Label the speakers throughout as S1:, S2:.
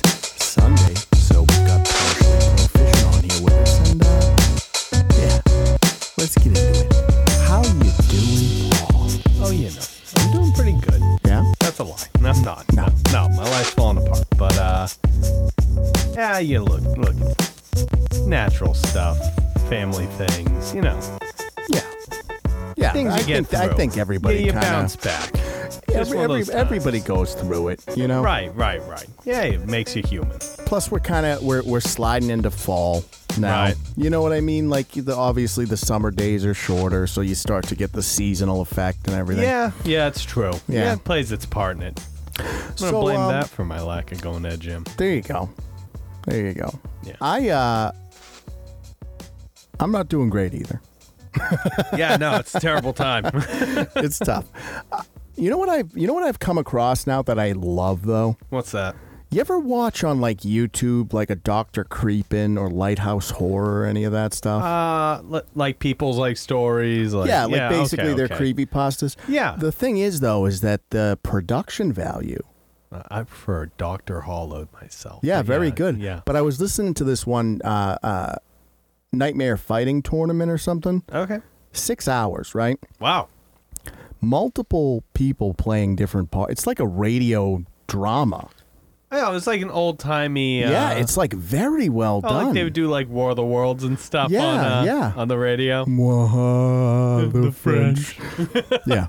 S1: uh,
S2: Oh, Ah, uh, you look, look. Natural stuff, family things, you know.
S1: Yeah. Yeah.
S2: Things
S1: I
S2: you get
S1: think I
S2: through.
S1: think everybody
S2: Yeah, you
S1: kinda,
S2: bounce back. Just
S1: every-
S2: one of
S1: every-
S2: those times.
S1: everybody goes through it, you know.
S2: Right, right, right. Yeah, it makes you human.
S1: Plus, we're kind of we're we're sliding into fall now.
S2: Right.
S1: You know what I mean? Like the obviously the summer days are shorter, so you start to get the seasonal effect and everything.
S2: Yeah, yeah, it's true. Yeah,
S1: Yeah.
S2: it plays its part in it. I'm gonna
S1: So,
S2: blame
S1: um,
S2: that for my lack of going to the gym.
S1: There you go. There you go.
S2: Yeah.
S1: I uh, I'm not doing great either.
S2: yeah, no, it's a terrible time.
S1: It's tough. Uh, you know what I? have You know what I've come across now that I love though.
S2: What's that?
S1: You ever watch on like YouTube like a Doctor Creepin or Lighthouse Horror or any of that stuff?
S2: Uh, li- like people's like stories. Like,
S1: yeah, like
S2: okay,
S1: basically they're
S2: okay.
S1: creepy pastas.
S2: Yeah.
S1: The thing is though is that the production value.
S2: Uh, I prefer Doctor Hollow myself.
S1: Yeah,
S2: but
S1: very good.
S2: Yeah.
S1: But I was listening to this one uh, uh, Nightmare Fighting Tournament or something.
S2: okay.
S1: 6 hours, right?
S2: Wow.
S1: Multiple people playing different parts. It's like a radio drama.
S2: Yeah, it's like an old timey.
S1: Yeah,
S2: uh,
S1: it's like very well
S2: oh,
S1: done.
S2: like they would do like War of the Worlds and stuff.
S1: Yeah,
S2: on, uh,
S1: yeah.
S2: On the radio.
S1: Mwah, the, French. yeah.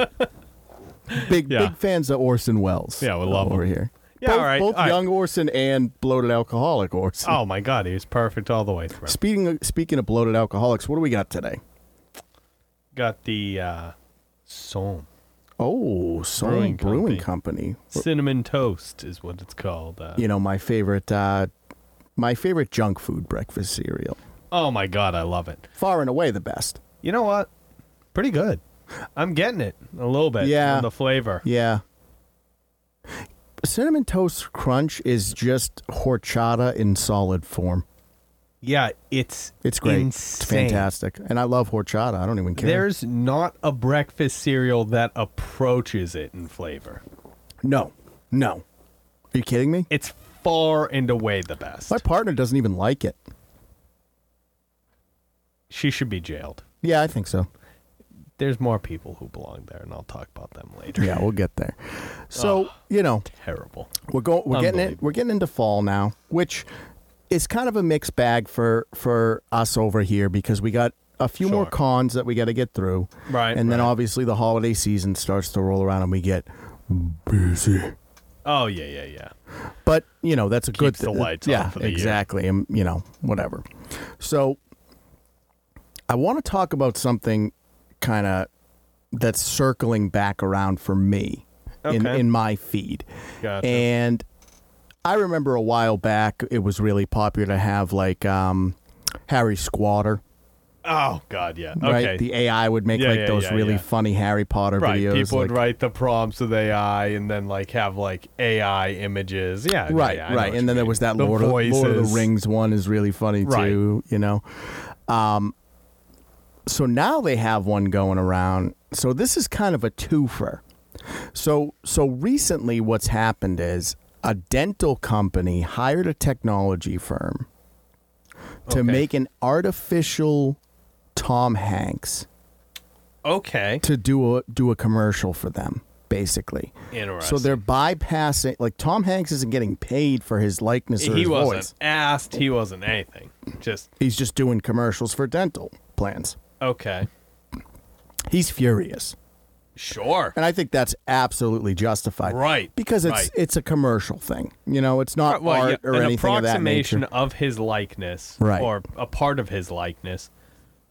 S1: Big
S2: Yeah.
S1: big fans of Orson Welles.
S2: Yeah, we love
S1: over
S2: him.
S1: here.
S2: Yeah,
S1: both,
S2: all right,
S1: both
S2: all right.
S1: young Orson and bloated alcoholic Orson.
S2: Oh my God, he was perfect all the way through.
S1: Speaking of, speaking of bloated alcoholics, what do we got today?
S2: Got the uh, Somme.
S1: Oh, Soul
S2: Brewing
S1: Brewing, Company.
S2: Company. Cinnamon toast is what it's called. Uh,
S1: You know my favorite, uh, my favorite junk food breakfast cereal.
S2: Oh my God, I love it.
S1: Far and away the best.
S2: You know what? Pretty good. I'm getting it a little bit.
S1: Yeah.
S2: on the flavor.
S1: Yeah. Cinnamon Toast Crunch is just horchata in solid form.
S2: Yeah, it's
S1: It's great. It's
S2: Insane.
S1: fantastic. And I love horchata. I don't even care.
S2: There's not a breakfast cereal that approaches it in flavor.
S1: no. No. Are you kidding me?
S2: It's far and away the best.
S1: My partner doesn't even like it.
S2: She should be jailed.
S1: Yeah, I think so.
S2: There's more people who belong there, and I'll talk about them later.
S1: Yeah, we'll get there. So, you know,
S2: Terrible.
S1: We're going. We're getting it.
S2: Unbelievable.
S1: We're getting into fall now, which is kind of a mixed bag for for us over here because we got a few more
S2: Sure.
S1: cons that we got to get through,
S2: Right,
S1: And then
S2: right.
S1: obviously the holiday season starts to roll around and we get busy.
S2: Oh yeah, yeah, yeah.
S1: But you know that's a good
S2: Keeps the
S1: thi-
S2: lights on
S1: Yeah,
S2: for the year.
S1: exactly. And you know whatever. So I want to talk about something kind of that's circling back around for me in
S2: Okay.
S1: in my feed.
S2: Gotcha.
S1: And I remember a while back, it was really popular to have like um, Harry Squatter,
S2: oh god, yeah.
S1: right?
S2: Okay.
S1: The AI would make
S2: Yeah,
S1: like
S2: yeah,
S1: those
S2: yeah,
S1: really
S2: yeah.
S1: funny Harry Potter
S2: Right,
S1: videos.
S2: people
S1: like-
S2: would write the prompts with AI and then like have like AI images. Yeah, yeah,
S1: right,
S2: yeah, I know
S1: right.
S2: what
S1: And then
S2: you
S1: there
S2: mean.
S1: was that
S2: The
S1: Lord of, Lord of the
S2: voices.
S1: Rings one is really funny
S2: Right.
S1: too, you know? Um, so now they have one going around. So this is kind of a twofer. So so recently what's happened is a dental company hired a technology firm to
S2: Okay.
S1: make an artificial Tom Hanks
S2: Okay,
S1: to do a do a commercial for them basically.
S2: interesting.
S1: So they're bypassing like Tom Hanks isn't getting paid for his likeness or
S2: he
S1: his
S2: wasn't
S1: voice.
S2: asked. He wasn't anything. Just
S1: He's just doing commercials for dental plans.
S2: okay,
S1: He's furious.
S2: sure.
S1: And I think that's absolutely justified.
S2: Right,
S1: Because it's
S2: right.
S1: it's a commercial thing. You know, it's not
S2: Well,
S1: art
S2: yeah,
S1: or
S2: an
S1: anything of that
S2: approximation
S1: nature.
S2: of, his likeness,
S1: Right.
S2: or a part of his likeness,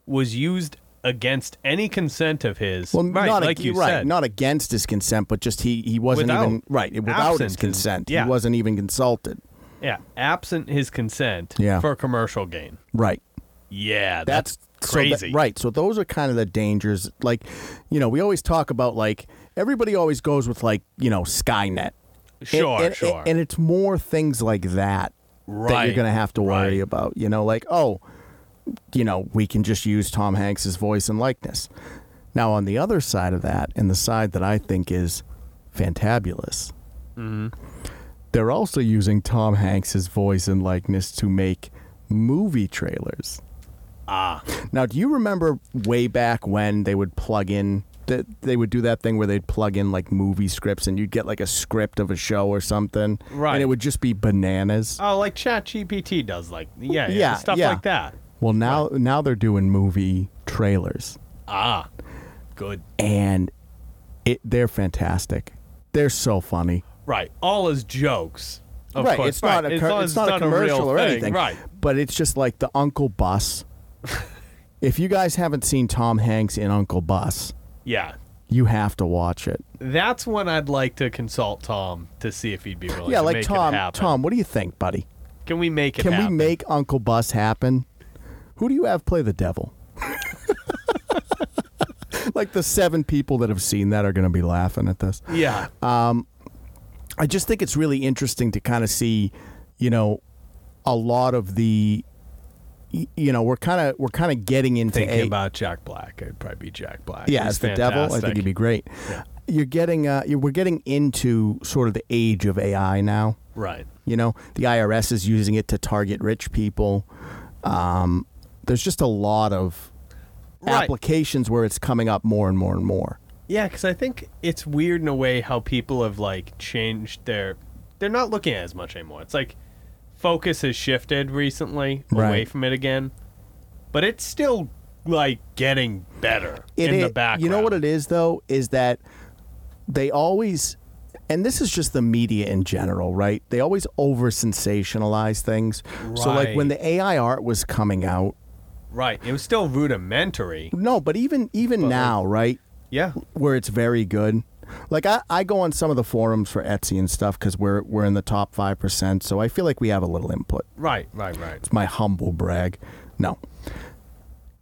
S2: was used against any consent of his.
S1: Well,
S2: right,
S1: not
S2: like
S1: ag-
S2: you
S1: right,
S2: said.
S1: not against his consent, but just he, he wasn't
S2: Without-
S1: even right without
S2: absent
S1: his
S2: his-
S1: consent.
S2: yeah.
S1: He wasn't even consulted.
S2: yeah, absent his consent
S1: Yeah.
S2: for commercial gain.
S1: Right.
S2: Yeah, that's,
S1: That's, so that-
S2: crazy.
S1: right. So those are kind of the dangers. Like, you know, we always talk about like everybody always goes with like you know Skynet. And-
S2: Sure,
S1: and, and,
S2: sure.
S1: And, it's more things like that that you're
S2: Right,
S1: going to have to worry
S2: right.
S1: about. You know, like oh, you know, we can just use Tom Hanks's voice and likeness. Now, on the other side of that, and the side that I think is fantabulous,
S2: Mm-hmm.
S1: they're also using Tom Hanks's voice and likeness to make movie trailers.
S2: Ah,
S1: Now, do you remember way back when they would plug in that they would do that thing where they'd plug in like movie scripts and you'd get like a script of a show or something.
S2: Right.
S1: And it would just be bananas.
S2: Oh, like ChatGPT does, like yeah, yeah,
S1: Yeah,
S2: stuff
S1: yeah.
S2: like that.
S1: Well, now now they're doing movie trailers
S2: Ah, good.
S1: and it they're fantastic. They're so funny.
S2: Right, all as jokes. Of
S1: right,
S2: course.
S1: it's not
S2: Right,
S1: a
S2: as
S1: cur-
S2: long
S1: it's,
S2: as
S1: not, a commercial
S2: real
S1: or
S2: thing.
S1: anything.
S2: Right.
S1: But it's just like the Uncle Bus. if you guys haven't seen Tom Hanks in Uncle Bus,
S2: Yeah.
S1: you have to watch it.
S2: That's when I'd like to consult Tom to see if he'd be willing
S1: yeah,
S2: to
S1: like
S2: make it
S1: Tom.
S2: happen.
S1: Tom, what do you think, buddy?
S2: Can we make it
S1: Can
S2: happen?
S1: we make Uncle Bus happen? Who do you have play the devil? like the seven people that have seen that are going to be laughing at this.
S2: Yeah.
S1: I just think it's really interesting to kind of see, you know, a lot of the, y- you know, we're kind of we're kind of getting into
S2: Thinking
S1: a,
S2: about Jack Black, it'd probably be Jack Black.
S1: yeah,
S2: He's
S1: as the devil. I
S2: fantastic.
S1: think he'd be great. You're getting uh, you we're getting into sort of the age of AI now.
S2: right.
S1: You know, the IRS is using it to target rich people. Um, there's just a lot of
S2: Right.
S1: applications where it's coming up more and more and more.
S2: Yeah, because I think it's weird in a way how people have like changed their. They're not looking at it as much anymore. It's like focus has shifted recently away
S1: Right.
S2: from it again, but it's still like getting better
S1: It
S2: in
S1: i-
S2: the background.
S1: You know what it is though is that they always and this is just the media in general, right? They always over sensationalize things. So like when
S2: Right.
S1: the AI art was coming out,
S2: Right. It was still rudimentary.
S1: no, but even even now, right?
S2: Yeah.
S1: where it's very good. Like I, I go on some of the forums for Etsy and stuff because we're we're in the top five percent, so I feel like we have a little input.
S2: Right. Right. Right.
S1: It's my humble brag. No.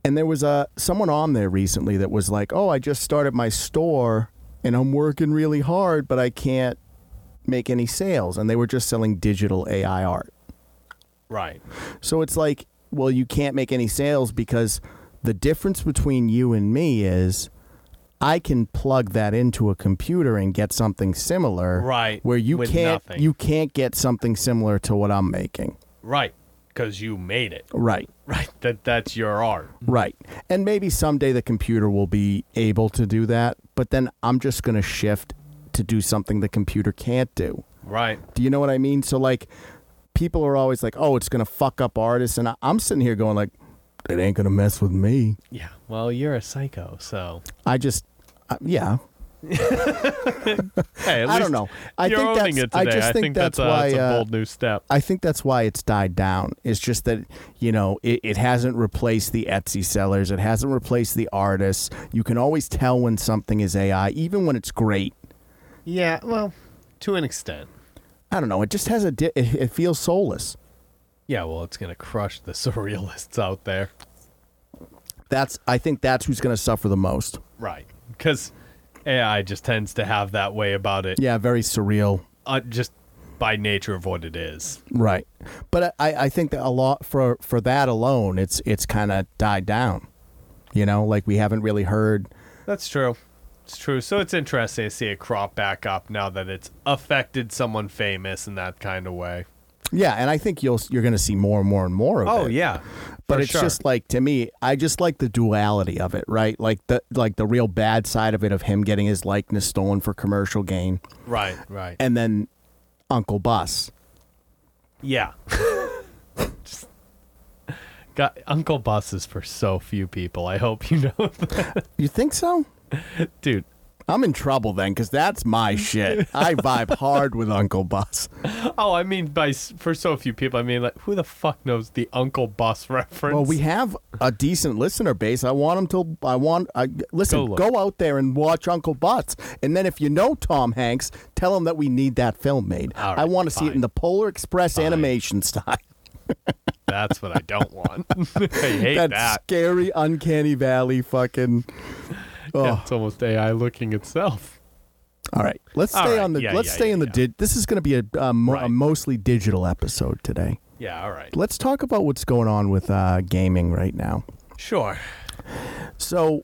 S1: And there was a someone on there recently that was like, "Oh, I just started my store and I'm working really hard, but I can't make any sales." And they were just selling digital AI art.
S2: Right.
S1: So it's like, well, you can't make any sales because the difference between you and me is I can plug that into a computer and get something similar.
S2: Right,
S1: Where you
S2: with
S1: can't
S2: nothing.
S1: you can't get something similar to what I'm making.
S2: Right. Because you made it.
S1: Right.
S2: Right. That that's your art.
S1: Mm-hmm. Right. And maybe someday the computer will be able to do that, but then I'm just going to shift to do something the computer can't do.
S2: Right.
S1: Do you know what I mean? So like people are always like, "Oh, it's going to fuck up artists." And I- I'm sitting here going like, "It ain't going to mess with me."
S2: Yeah. Well, you're a psycho, so
S1: I just, uh, yeah,
S2: hey, at
S1: I
S2: least
S1: don't know. I
S2: you're
S1: think
S2: owning
S1: that's.
S2: it
S1: I
S2: today.
S1: just think, that's,
S2: a,
S1: why.
S2: that's a
S1: uh,
S2: bold new step.
S1: I think that's why it's died down. It's just that you know it, it hasn't replaced the Etsy sellers. It hasn't replaced the artists. You can always tell when something is AI, even when it's great.
S2: Yeah. Well, to an extent.
S1: I don't know. It just has a. Di- it, it feels soulless.
S2: Yeah. Well, it's gonna crush the surrealists out there.
S1: That's. I think that's who's going to suffer the most.
S2: Right. Because AI just tends to have that way about it,
S1: Yeah, very surreal.
S2: uh, just by nature of what it is.
S1: Right. But I, I think that a lot for for that alone, it's it's kind of died down. You know, like we haven't really heard.
S2: That's true. It's true. So it's interesting to see it crop back up now that it's affected someone famous in that kind of way.
S1: Yeah, and I think you'll you're going to see more and more and more of it.
S2: Oh yeah,
S1: but
S2: For
S1: it's
S2: sure.
S1: just like to me, I just like the duality of it, right? Like the like the real bad side of it of him getting his likeness stolen for commercial gain,
S2: right, right.
S1: and then Uncle Bus.
S2: yeah. Just- Got Uncle Bus is for so few people. I hope you know, that.
S1: You think so?
S2: dude.
S1: I'm in trouble then, because that's my shit. I vibe hard with Uncle Bus.
S2: Oh, I mean by s- for so few people. I mean like who the fuck knows the Uncle Bus reference?
S1: Well, we have a decent listener base. I want them to. I want. I, listen,
S2: Go look.
S1: go, out there and watch Uncle Butts, and then if you know Tom Hanks, tell him that we need that film made.
S2: All right,
S1: I want to see it
S2: fine.
S1: in the Polar Express animation style.
S2: That's what I don't want. I hate
S1: that
S2: that.
S1: scary, uncanny valley, fucking. Oh.
S2: Yeah, it's almost AI looking itself.
S1: All right, let's
S2: All
S1: stay
S2: right,
S1: on the.
S2: yeah,
S1: let's
S2: yeah,
S1: stay
S2: yeah,
S1: in the.
S2: yeah.
S1: Di- this is going to be a, a, mo- a
S2: Right.
S1: mostly digital episode today.
S2: Yeah, all right.
S1: Let's talk about what's going on with uh, gaming right now.
S2: Sure.
S1: So,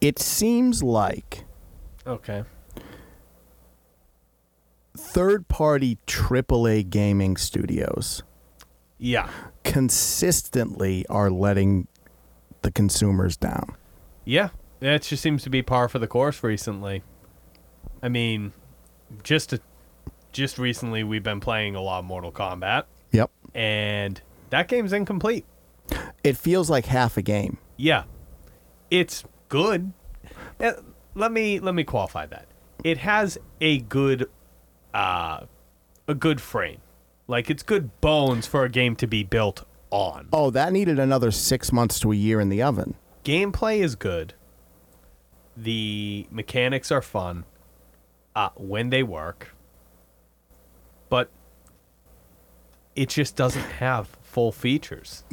S1: it seems like.
S2: Okay.
S1: third party AAA gaming studios
S2: Yeah.
S1: consistently are letting the consumers down.
S2: Yeah. that just seems to be par for the course recently. I mean, just to, just recently we've been playing a lot of Mortal Kombat,
S1: Yep.
S2: and that game's incomplete.
S1: It feels like half a game.
S2: Yeah, it's good. Uh, Let me let me qualify that. It has a good, uh, a good frame, like it's good bones for a game to be built on.
S1: Oh, that needed another six months to a year in the oven.
S2: gameplay is good. The mechanics are fun uh, when they work, but it just doesn't have full features.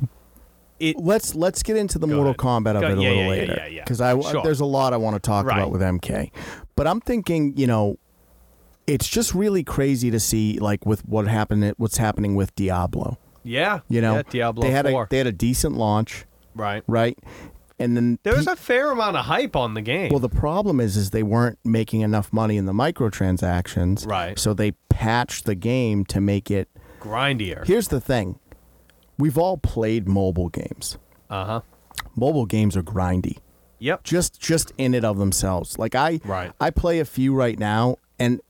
S2: It
S1: Let's let's get into the
S2: Go
S1: Mortal
S2: ahead.
S1: Kombat of
S2: Go-
S1: it a
S2: yeah,
S1: little
S2: yeah, yeah,
S1: later
S2: yeah, yeah.
S1: I
S2: Sure.
S1: there's a lot I want to talk
S2: Right.
S1: about with MK, but I'm thinking you know, it's just really crazy to see like with what happened what's happening with Diablo.
S2: yeah
S1: You know,
S2: yeah, Diablo
S1: they had
S2: Four
S1: a they had a decent launch,
S2: right.
S1: right? And then
S2: There was
S1: pe-
S2: a fair amount of hype on the game.
S1: well, the problem is is they weren't making enough money in the microtransactions,
S2: Right.
S1: So they patched the game to make it.
S2: grindier.
S1: Here's the thing, we've all played mobile games.
S2: Uh huh.
S1: Mobile games are grindy.
S2: Yep.
S1: just just in it of themselves. Like I
S2: Right.
S1: I play a few right now and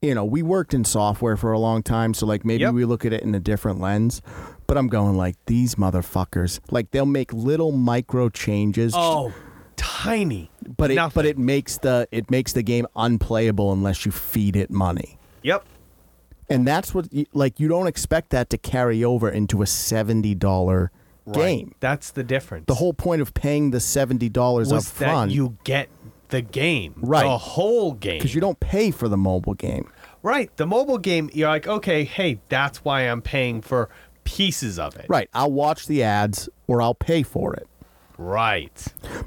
S1: you know, we worked in software for a long time, so like maybe
S2: Yep.
S1: we look at it in a different lens. But I'm going like these motherfuckers. Like they'll make little micro changes,
S2: Oh, tiny.
S1: but it but
S2: nothing.
S1: it makes the it makes the game unplayable unless you feed it money.
S2: Yep.
S1: And that's what y- like you don't expect that to carry over into a seventy dollar game.
S2: That's the difference.
S1: The whole point of paying the seventy dollars up
S2: was that
S1: front
S2: you get the game,
S1: Right.
S2: The whole game.
S1: because you don't pay for the mobile game.
S2: Right. The mobile game, you're like, okay, hey, that's why I'm paying for pieces of it.
S1: Right. I'll watch the ads or I'll pay for it.
S2: Right.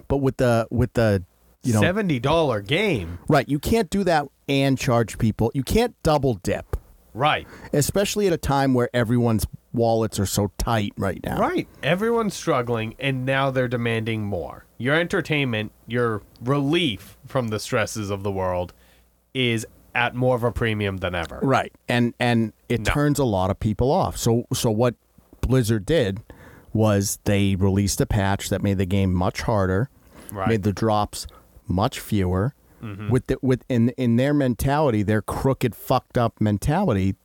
S1: But with the with the you know
S2: Seventy dollar game.
S1: right, you can't do that and charge people. You can't double dip,
S2: Right.
S1: especially at a time where everyone's wallets are so tight right now.
S2: Right. Everyone's struggling and now they're demanding more. Your entertainment, your relief from the stresses of the world is at more of a premium than ever.
S1: Right. And and it
S2: No.
S1: turns a lot of people off. So so what Blizzard did was they released a patch that made the game much harder,
S2: Right. Mm-hmm.
S1: made the drops much fewer. With the, with in in their mentality, their crooked fucked up mentality,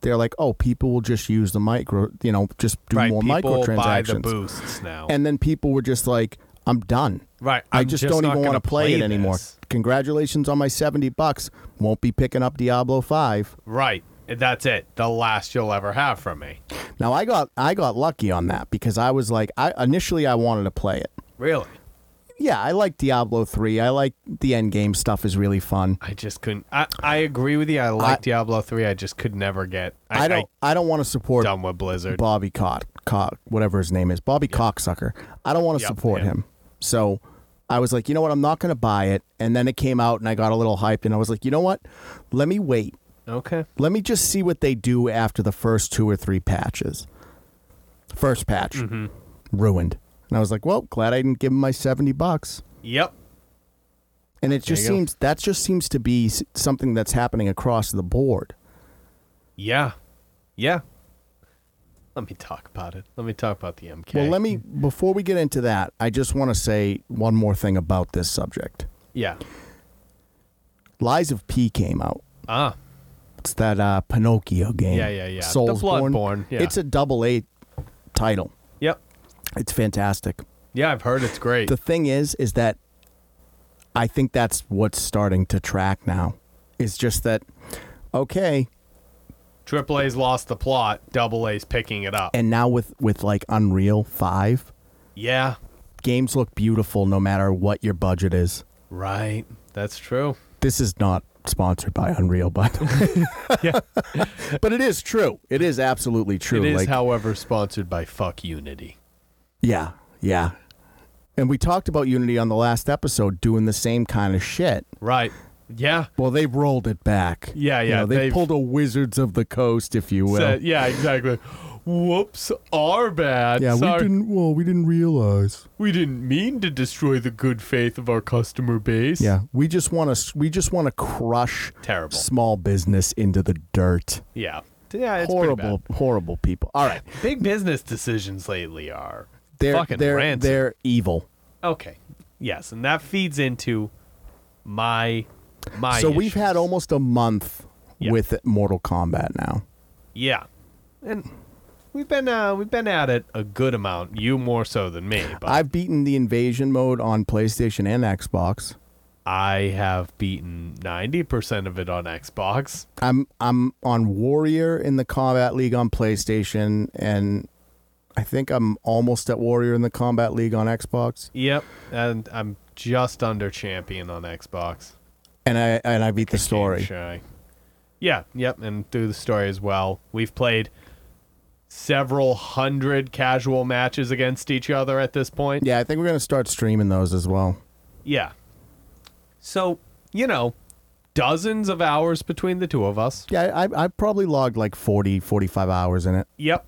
S1: they're like, "Oh, people will just use the micro, you know, just do
S2: right.
S1: more
S2: People
S1: microtransactions."
S2: buy the boosts now.
S1: And then people were just like, "I'm done."
S2: right.
S1: I
S2: I'm
S1: just, don't even
S2: not gonna
S1: want to play, it anymore.
S2: this.
S1: Congratulations on my 70 bucks. Won't be picking up Diablo 5.
S2: Right. That's it. The last you'll ever have from me.
S1: Now I got I got lucky on that because I was like I initially I wanted to play it.
S2: Really?
S1: Yeah, I like Diablo 3. I like the end game stuff is really fun.
S2: I just couldn't. I, I agree with you. I like Diablo three. I just could never get. I,
S1: I,
S2: I
S1: don't I, don't want to support
S2: done with Blizzard.
S1: Bobby Cock, Cock whatever his name is, Bobby Cocksucker. I don't want to
S2: Yep,
S1: support
S2: him.
S1: him. So I was like, you know what? I'm not going to buy it. And then it came out and I got a little hyped and I was like, you know what? Let me wait.
S2: Okay.
S1: Let me just see what they do after the first two or three patches. First patch
S2: Mm-hmm.
S1: ruined. And I was like, well, glad I didn't give him my 70 bucks.
S2: Yep.
S1: And it just
S2: you go.
S1: seems that just seems to be s- something that's happening across the board.
S2: Yeah. Yeah. Let me talk about it. Let me talk about the MK.
S1: Well, let me before we get into that, I just want to say one more thing about this subject.
S2: Yeah.
S1: Lies of P came out.
S2: Ah.
S1: It's that uh, Pinocchio game.
S2: Yeah, yeah, yeah. The
S1: Soulsborne.
S2: Bloodborne, yeah.
S1: It's a double A title.
S2: Yep.
S1: It's fantastic.
S2: Yeah, I've heard it's great.
S1: The thing is, is that I think that's what's starting to track now. Is just that okay,
S2: Triple A's lost the plot. Double A's picking it up.
S1: and now with with like Unreal Five,
S2: yeah.
S1: games look beautiful no matter what your budget is.
S2: Right. That's true.
S1: This is not sponsored by Unreal, by the way.
S2: Yeah.
S1: but it is true. It is absolutely true.
S2: it is,
S1: like,
S2: however, sponsored by Fuck Unity.
S1: Yeah, yeah. And we talked about Unity on the last episode doing the same kind of shit.
S2: Right. Yeah.
S1: Well, they've rolled it back.
S2: Yeah,
S1: You
S2: yeah,
S1: know, they
S2: they've-
S1: pulled a Wizards of the Coast, if you will.
S2: So- yeah. Exactly. Whoops. Our bad.
S1: yeah,
S2: Sorry.
S1: we didn't. Well, we didn't realize.
S2: We didn't mean to destroy the good faith of our customer base.
S1: Yeah, we just want to. We just want to crush
S2: Terrible.
S1: small business into the dirt.
S2: Yeah. Yeah, it's pretty
S1: horrible, horrible people. All right,
S2: bad. Big business decisions lately are
S1: they're
S2: fucking
S1: they're
S2: rancid.
S1: they're evil.
S2: okay. Yes, and that feeds into my my.
S1: so we've had
S2: issues.
S1: almost a month
S2: Yeah.
S1: with Mortal Kombat now.
S2: yeah, and we've been uh, we've been at it a good amount. You more so than me, but
S1: I've beaten the invasion mode on PlayStation and Xbox.
S2: I have beaten ninety percent of it on Xbox.
S1: I'm I'm on Warrior in the Combat League on PlayStation, and I think I'm almost at Warrior in the Combat League on Xbox.
S2: Yep, and I'm just under champion on Xbox.
S1: And I and I beat the
S2: Game
S1: story.
S2: Shy. Yeah, yep, and through the story as well. We've played several hundred casual matches against each other at this point.
S1: Yeah, I think we're gonna start streaming those as well.
S2: Yeah. So, you know, dozens of hours between the two of us.
S1: Yeah, I I probably logged like 40, 45 hours in it.
S2: Yep.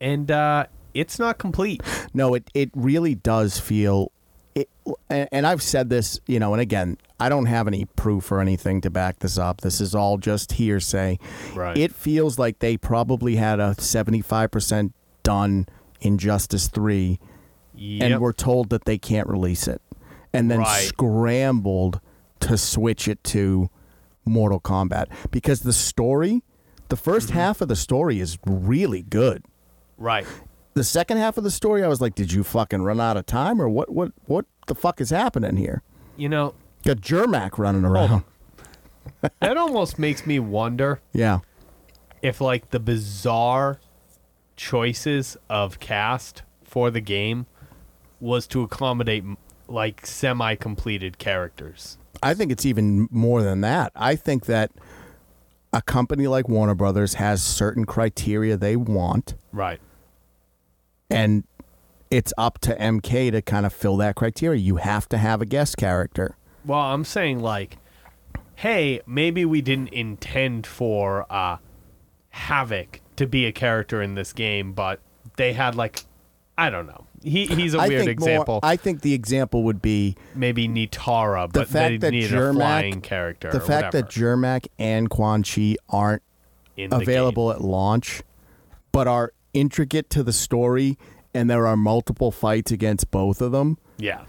S2: And uh it's not complete.
S1: No, it it really does feel it, and, and I've said this, you know, and again, I don't have any proof or anything to back this up. This is all just hearsay.
S2: Right.
S1: It feels like they probably had a 75% done Injustice 3
S2: Yep.
S1: and were told that they can't release it and then
S2: Right.
S1: scrambled to switch it to Mortal Kombat because the story, the 1st
S2: Mm-hmm.
S1: half of the story is really good
S2: right.
S1: the second half of the story, I was like, "Did you fucking run out of time, or what? What? What the fuck is happening here?"
S2: You know,
S1: Got Jermac running
S2: Oh.
S1: around.
S2: that almost makes me wonder
S1: Yeah,
S2: if like the bizarre choices of cast for the game was to accommodate m- like semi-completed characters.
S1: I think it's even more than that. I think that a company like Warner Brothers has certain criteria they want,
S2: Right.
S1: and it's up to MK to kind of fill that criteria. You have to have a guest character.
S2: Well, I'm saying like, hey, maybe we didn't intend for uh, Havoc to be a character in this game, but they had like, I don't know. He he's a
S1: I
S2: weird
S1: think more-
S2: example.
S1: I think the example would be
S2: maybe Nitara,
S1: the
S2: but
S1: fact
S2: they
S1: that
S2: needed a
S1: Jermak-
S2: flying character.
S1: the
S2: or
S1: fact that
S2: whatever
S1: Jermac and Quan Chi aren't
S2: in the game.
S1: available at launch, but are intricate to the story, and there are multiple fights against both of them,
S2: Yeah.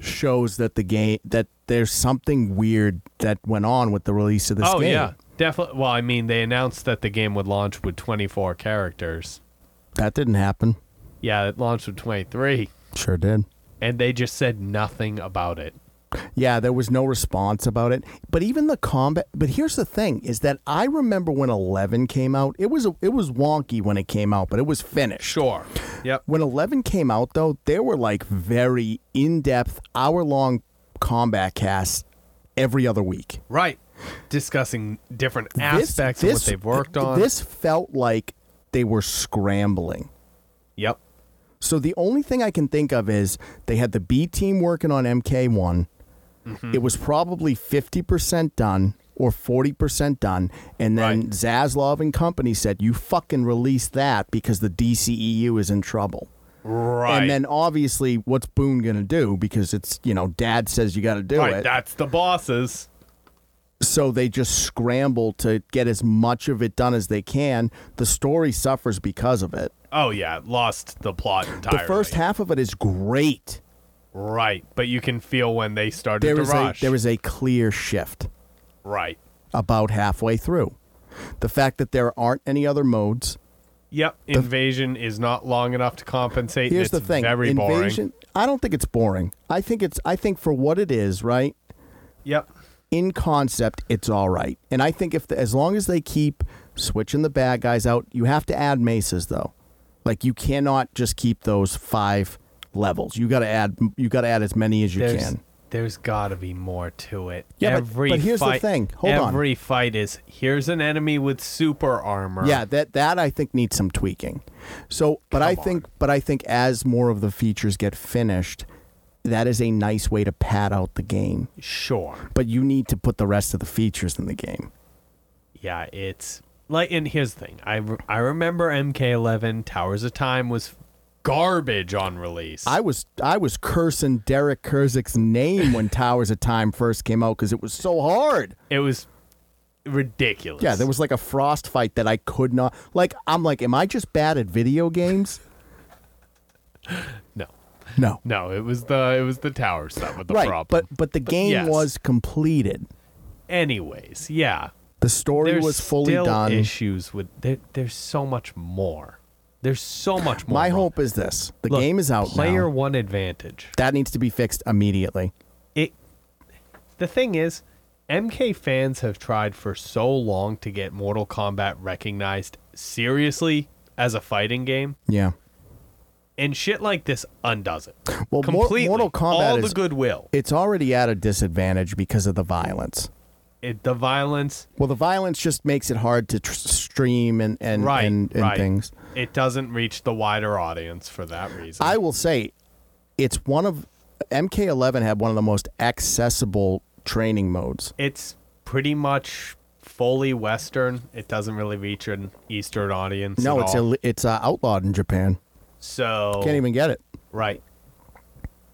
S1: shows that the game that there's something weird that went on with the release of this
S2: Oh
S1: game.
S2: yeah, definitely. Well, I mean, they announced that the game would launch with 24 characters.
S1: That didn't happen.
S2: Yeah, it launched with 23,
S1: Sure did.
S2: and they just said nothing about it.
S1: Yeah, there was no response about it. But even the combat. But here's the thing: is that I remember when Eleven came out. It was it was wonky when it came out, but it was finished.
S2: Sure. Yep.
S1: When 11 came out, though, there were like very in depth, hour long combat casts every other week.
S2: Right. Discussing different
S1: This-
S2: aspects of what
S1: this-
S2: they've worked on.
S1: This felt like they were scrambling.
S2: yep.
S1: So the only thing I can think of is they had the B team working on MK1.
S2: Mm-hmm.
S1: It was probably 50% done or 40% done. And then
S2: Right.
S1: Zaslav and company said, you fucking release that because the DCEU is in trouble.
S2: Right.
S1: And then obviously, what's Boone going to do? Because it's, you know, dad says you got to do
S2: right,
S1: it.
S2: that's the bosses.
S1: so they just scramble to get as much of it done as they can. The story suffers because of it.
S2: Oh yeah, lost the plot entirely.
S1: The first half of it is great.
S2: Right, but you can feel when they started
S1: There
S2: to
S1: is, a,
S2: rush.
S1: there is a clear shift
S2: right.
S1: about halfway through. The fact that there aren't any other modes.
S2: Yep, invasion is not long enough to compensate. and
S1: Here's the
S2: it's
S1: thing
S2: Very boring.
S1: Invasion, I don't think it's boring. I think it's, I think for what it is, right?
S2: Yep.
S1: in concept, it's all right. And I think if the, as long as they keep switching the bad guys out, you have to add maces though. Like you cannot just keep those five levels. You got to add. You got to add as many as you
S2: There's,
S1: can.
S2: there's got to be more to it.
S1: Yeah, but-
S2: every
S1: but here's the
S2: fight-
S1: thing. Hold on.
S2: every fight is here's an enemy with super armor.
S1: Yeah, that that I think needs some tweaking. So, but I
S2: Come
S1: think, but I think as more of the features get finished, that is a nice way to pad out the game.
S2: Sure.
S1: But you need to put the rest of the features in the game.
S2: Yeah, it's like, and here's the thing. I, re- I remember MK11 Towers of Time was garbage on release.
S1: I was I was cursing Derek Kurzik's name when Towers of Time first came out because it was so hard.
S2: it was ridiculous.
S1: Yeah, there was like a frost fight that I could not like. I'm like, am I just bad at video games?
S2: no.
S1: No.
S2: No, it was the it was the tower stuff with the
S1: right,
S2: problem.
S1: but but the game
S2: yes.
S1: was completed.
S2: anyways, yeah,
S1: The story
S2: there's
S1: was fully
S2: still
S1: done.
S2: Issues with there, there's so much more. There's so much more.
S1: My
S2: wrong.
S1: hope is this: the
S2: Look,
S1: game is out
S2: Player
S1: now.
S2: one advantage.
S1: That needs to be fixed immediately.
S2: It. The thing is, MK fans have tried for so long to get Mortal Kombat recognized seriously as a fighting game,
S1: Yeah.
S2: and shit like this undoes it.
S1: Well, Mor-
S2: Completely.
S1: Mortal Kombat
S2: all
S1: is
S2: the goodwill,
S1: it's already at a disadvantage because of the violence.
S2: it, the violence,
S1: Well, the violence just makes it hard to tr- stream and and
S2: right,
S1: and, and
S2: right.
S1: things.
S2: It doesn't reach the wider audience for that reason.
S1: I will say, it's one of MK11 had one of the most accessible training modes.
S2: it's pretty much fully Western. It doesn't really reach an Eastern audience.
S1: No,
S2: at
S1: it's
S2: all. Oh.
S1: Ill- it's uh, outlawed in Japan.
S2: so
S1: Can't even get it.
S2: right.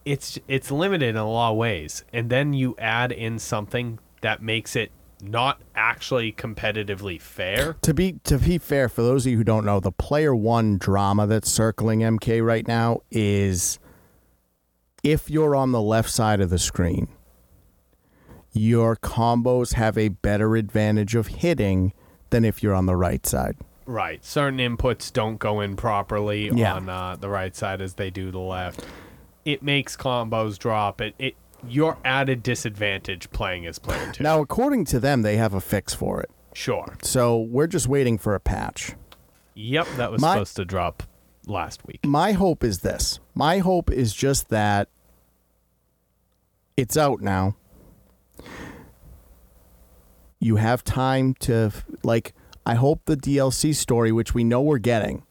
S2: It's it's limited in a lot of ways, and then you add in something that makes it not actually competitively fair.
S1: To be to be fair, for those of you who don't know, the player one drama that's circling MK right now is if you're on the left side of the screen, your combos have a better advantage of hitting than if you're on the right side.
S2: Right. Certain inputs don't go in properly
S1: Yeah.
S2: on uh, the right side as they do the left. It makes combos drop. It it you're at a disadvantage playing as player two.
S1: Now, according to them, they have a fix for it.
S2: Sure.
S1: So we're just waiting for a patch.
S2: Yep, that was
S1: My-
S2: supposed to drop last week.
S1: My hope is this. My hope is just that it's out now. You have time to f- like I hope the DLC story which we know we're getting.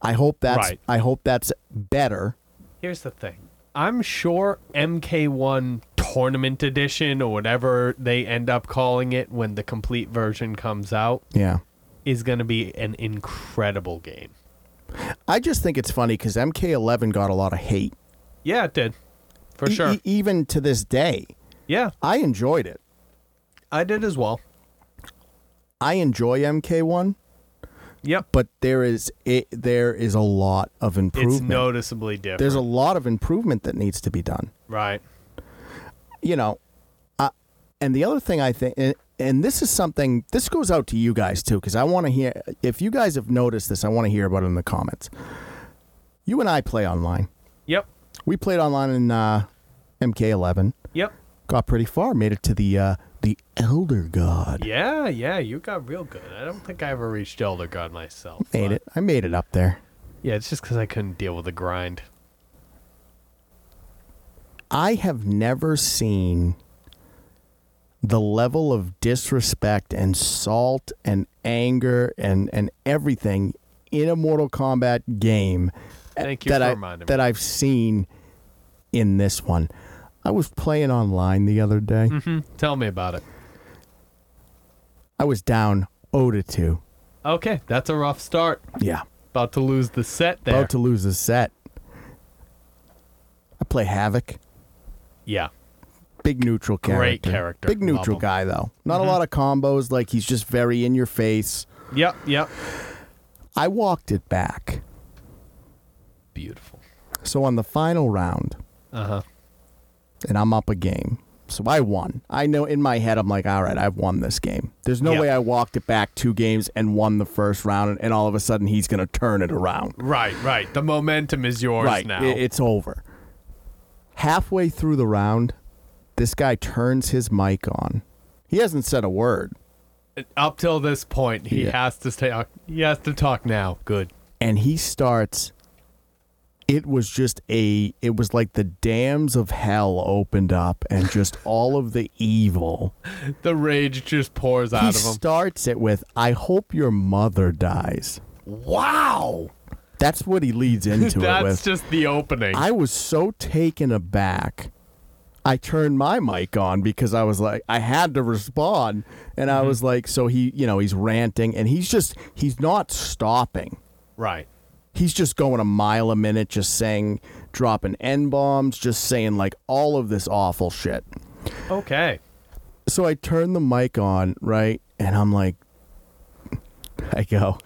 S1: I hope that's
S2: Right.
S1: I hope that's better.
S2: Here's the thing. I'm sure MK1 Tournament Edition or whatever they end up calling it when the complete version comes out
S1: Yeah.
S2: is going to be an incredible game.
S1: I just think it's funny cuz MK11 got a lot of hate.
S2: Yeah, it did. For
S1: E-
S2: sure.
S1: e- even to this day.
S2: yeah,
S1: I enjoyed it.
S2: I did as well.
S1: I enjoy MK1,
S2: Yep.
S1: but there is it, there is a lot of improvement.
S2: It's noticeably different.
S1: there's a lot of improvement that needs to be done.
S2: right.
S1: You know, uh, and the other thing I think, and, and this is something, this goes out to you guys too, because I want to hear, if you guys have noticed this, I want to hear about it in the comments. You and I play online.
S2: Yep.
S1: We played online in uh, MK11,
S2: Yep.
S1: got pretty far, made it to the uh, the Elder God.
S2: Yeah, yeah, you got real good. I don't think I ever reached Elder God myself.
S1: Made
S2: but-
S1: it. I made it up there.
S2: Yeah, it's just because I couldn't deal with the grind.
S1: I have never seen the level of disrespect and salt and anger and, and everything in a Mortal Kombat game
S2: Thank you
S1: that,
S2: for
S1: I,
S2: reminding me.
S1: that I've seen in this one. I was playing online the other day.
S2: Hmm. Tell me about it.
S1: I was down 0 to 2.
S2: Okay, that's a rough start.
S1: Yeah.
S2: About to lose the set there.
S1: About to lose a set. I play Havoc.
S2: yeah.
S1: Big neutral character.
S2: Great character.
S1: Big
S2: Love
S1: neutral
S2: him. Mm-hmm.
S1: guy, though. Not a lot of combos. Like, he's just very in your face.
S2: Yep, yep.
S1: I walked it back.
S2: Beautiful.
S1: So on the final round,
S2: Uh huh.
S1: and I'm up a game. So I won. I know in my head, I'm like, all right, I've won this game. There's no
S2: Yeah.
S1: way I walked it back two games and won the first round, and, and all of a sudden he's going to turn it around.
S2: Right, right. The momentum is yours
S1: right.
S2: now.
S1: i- it's over. Halfway through the round, this guy turns his mic on. He hasn't said a word,
S2: Up till this point, he
S1: Yeah.
S2: has to stay. He has to talk now. Good.
S1: and he starts. It was just a. It was like the dams of hell opened up, and just all of the evil.
S2: The rage just pours out
S1: he
S2: of him.
S1: starts it with "I hope your mother dies."
S2: wow.
S1: That's what he leads into it
S2: That's
S1: with.
S2: just the opening.
S1: I was so taken aback. I turned my mic on because I was like, I had to respond, and
S2: Mm-hmm.
S1: I was like, so he, you know, he's ranting, and he's just, he's not stopping.
S2: right.
S1: He's just going a mile a minute, just saying, dropping n bombs, just saying like all of this awful shit.
S2: Okay.
S1: so I turn the mic on, right? And I'm like, I go,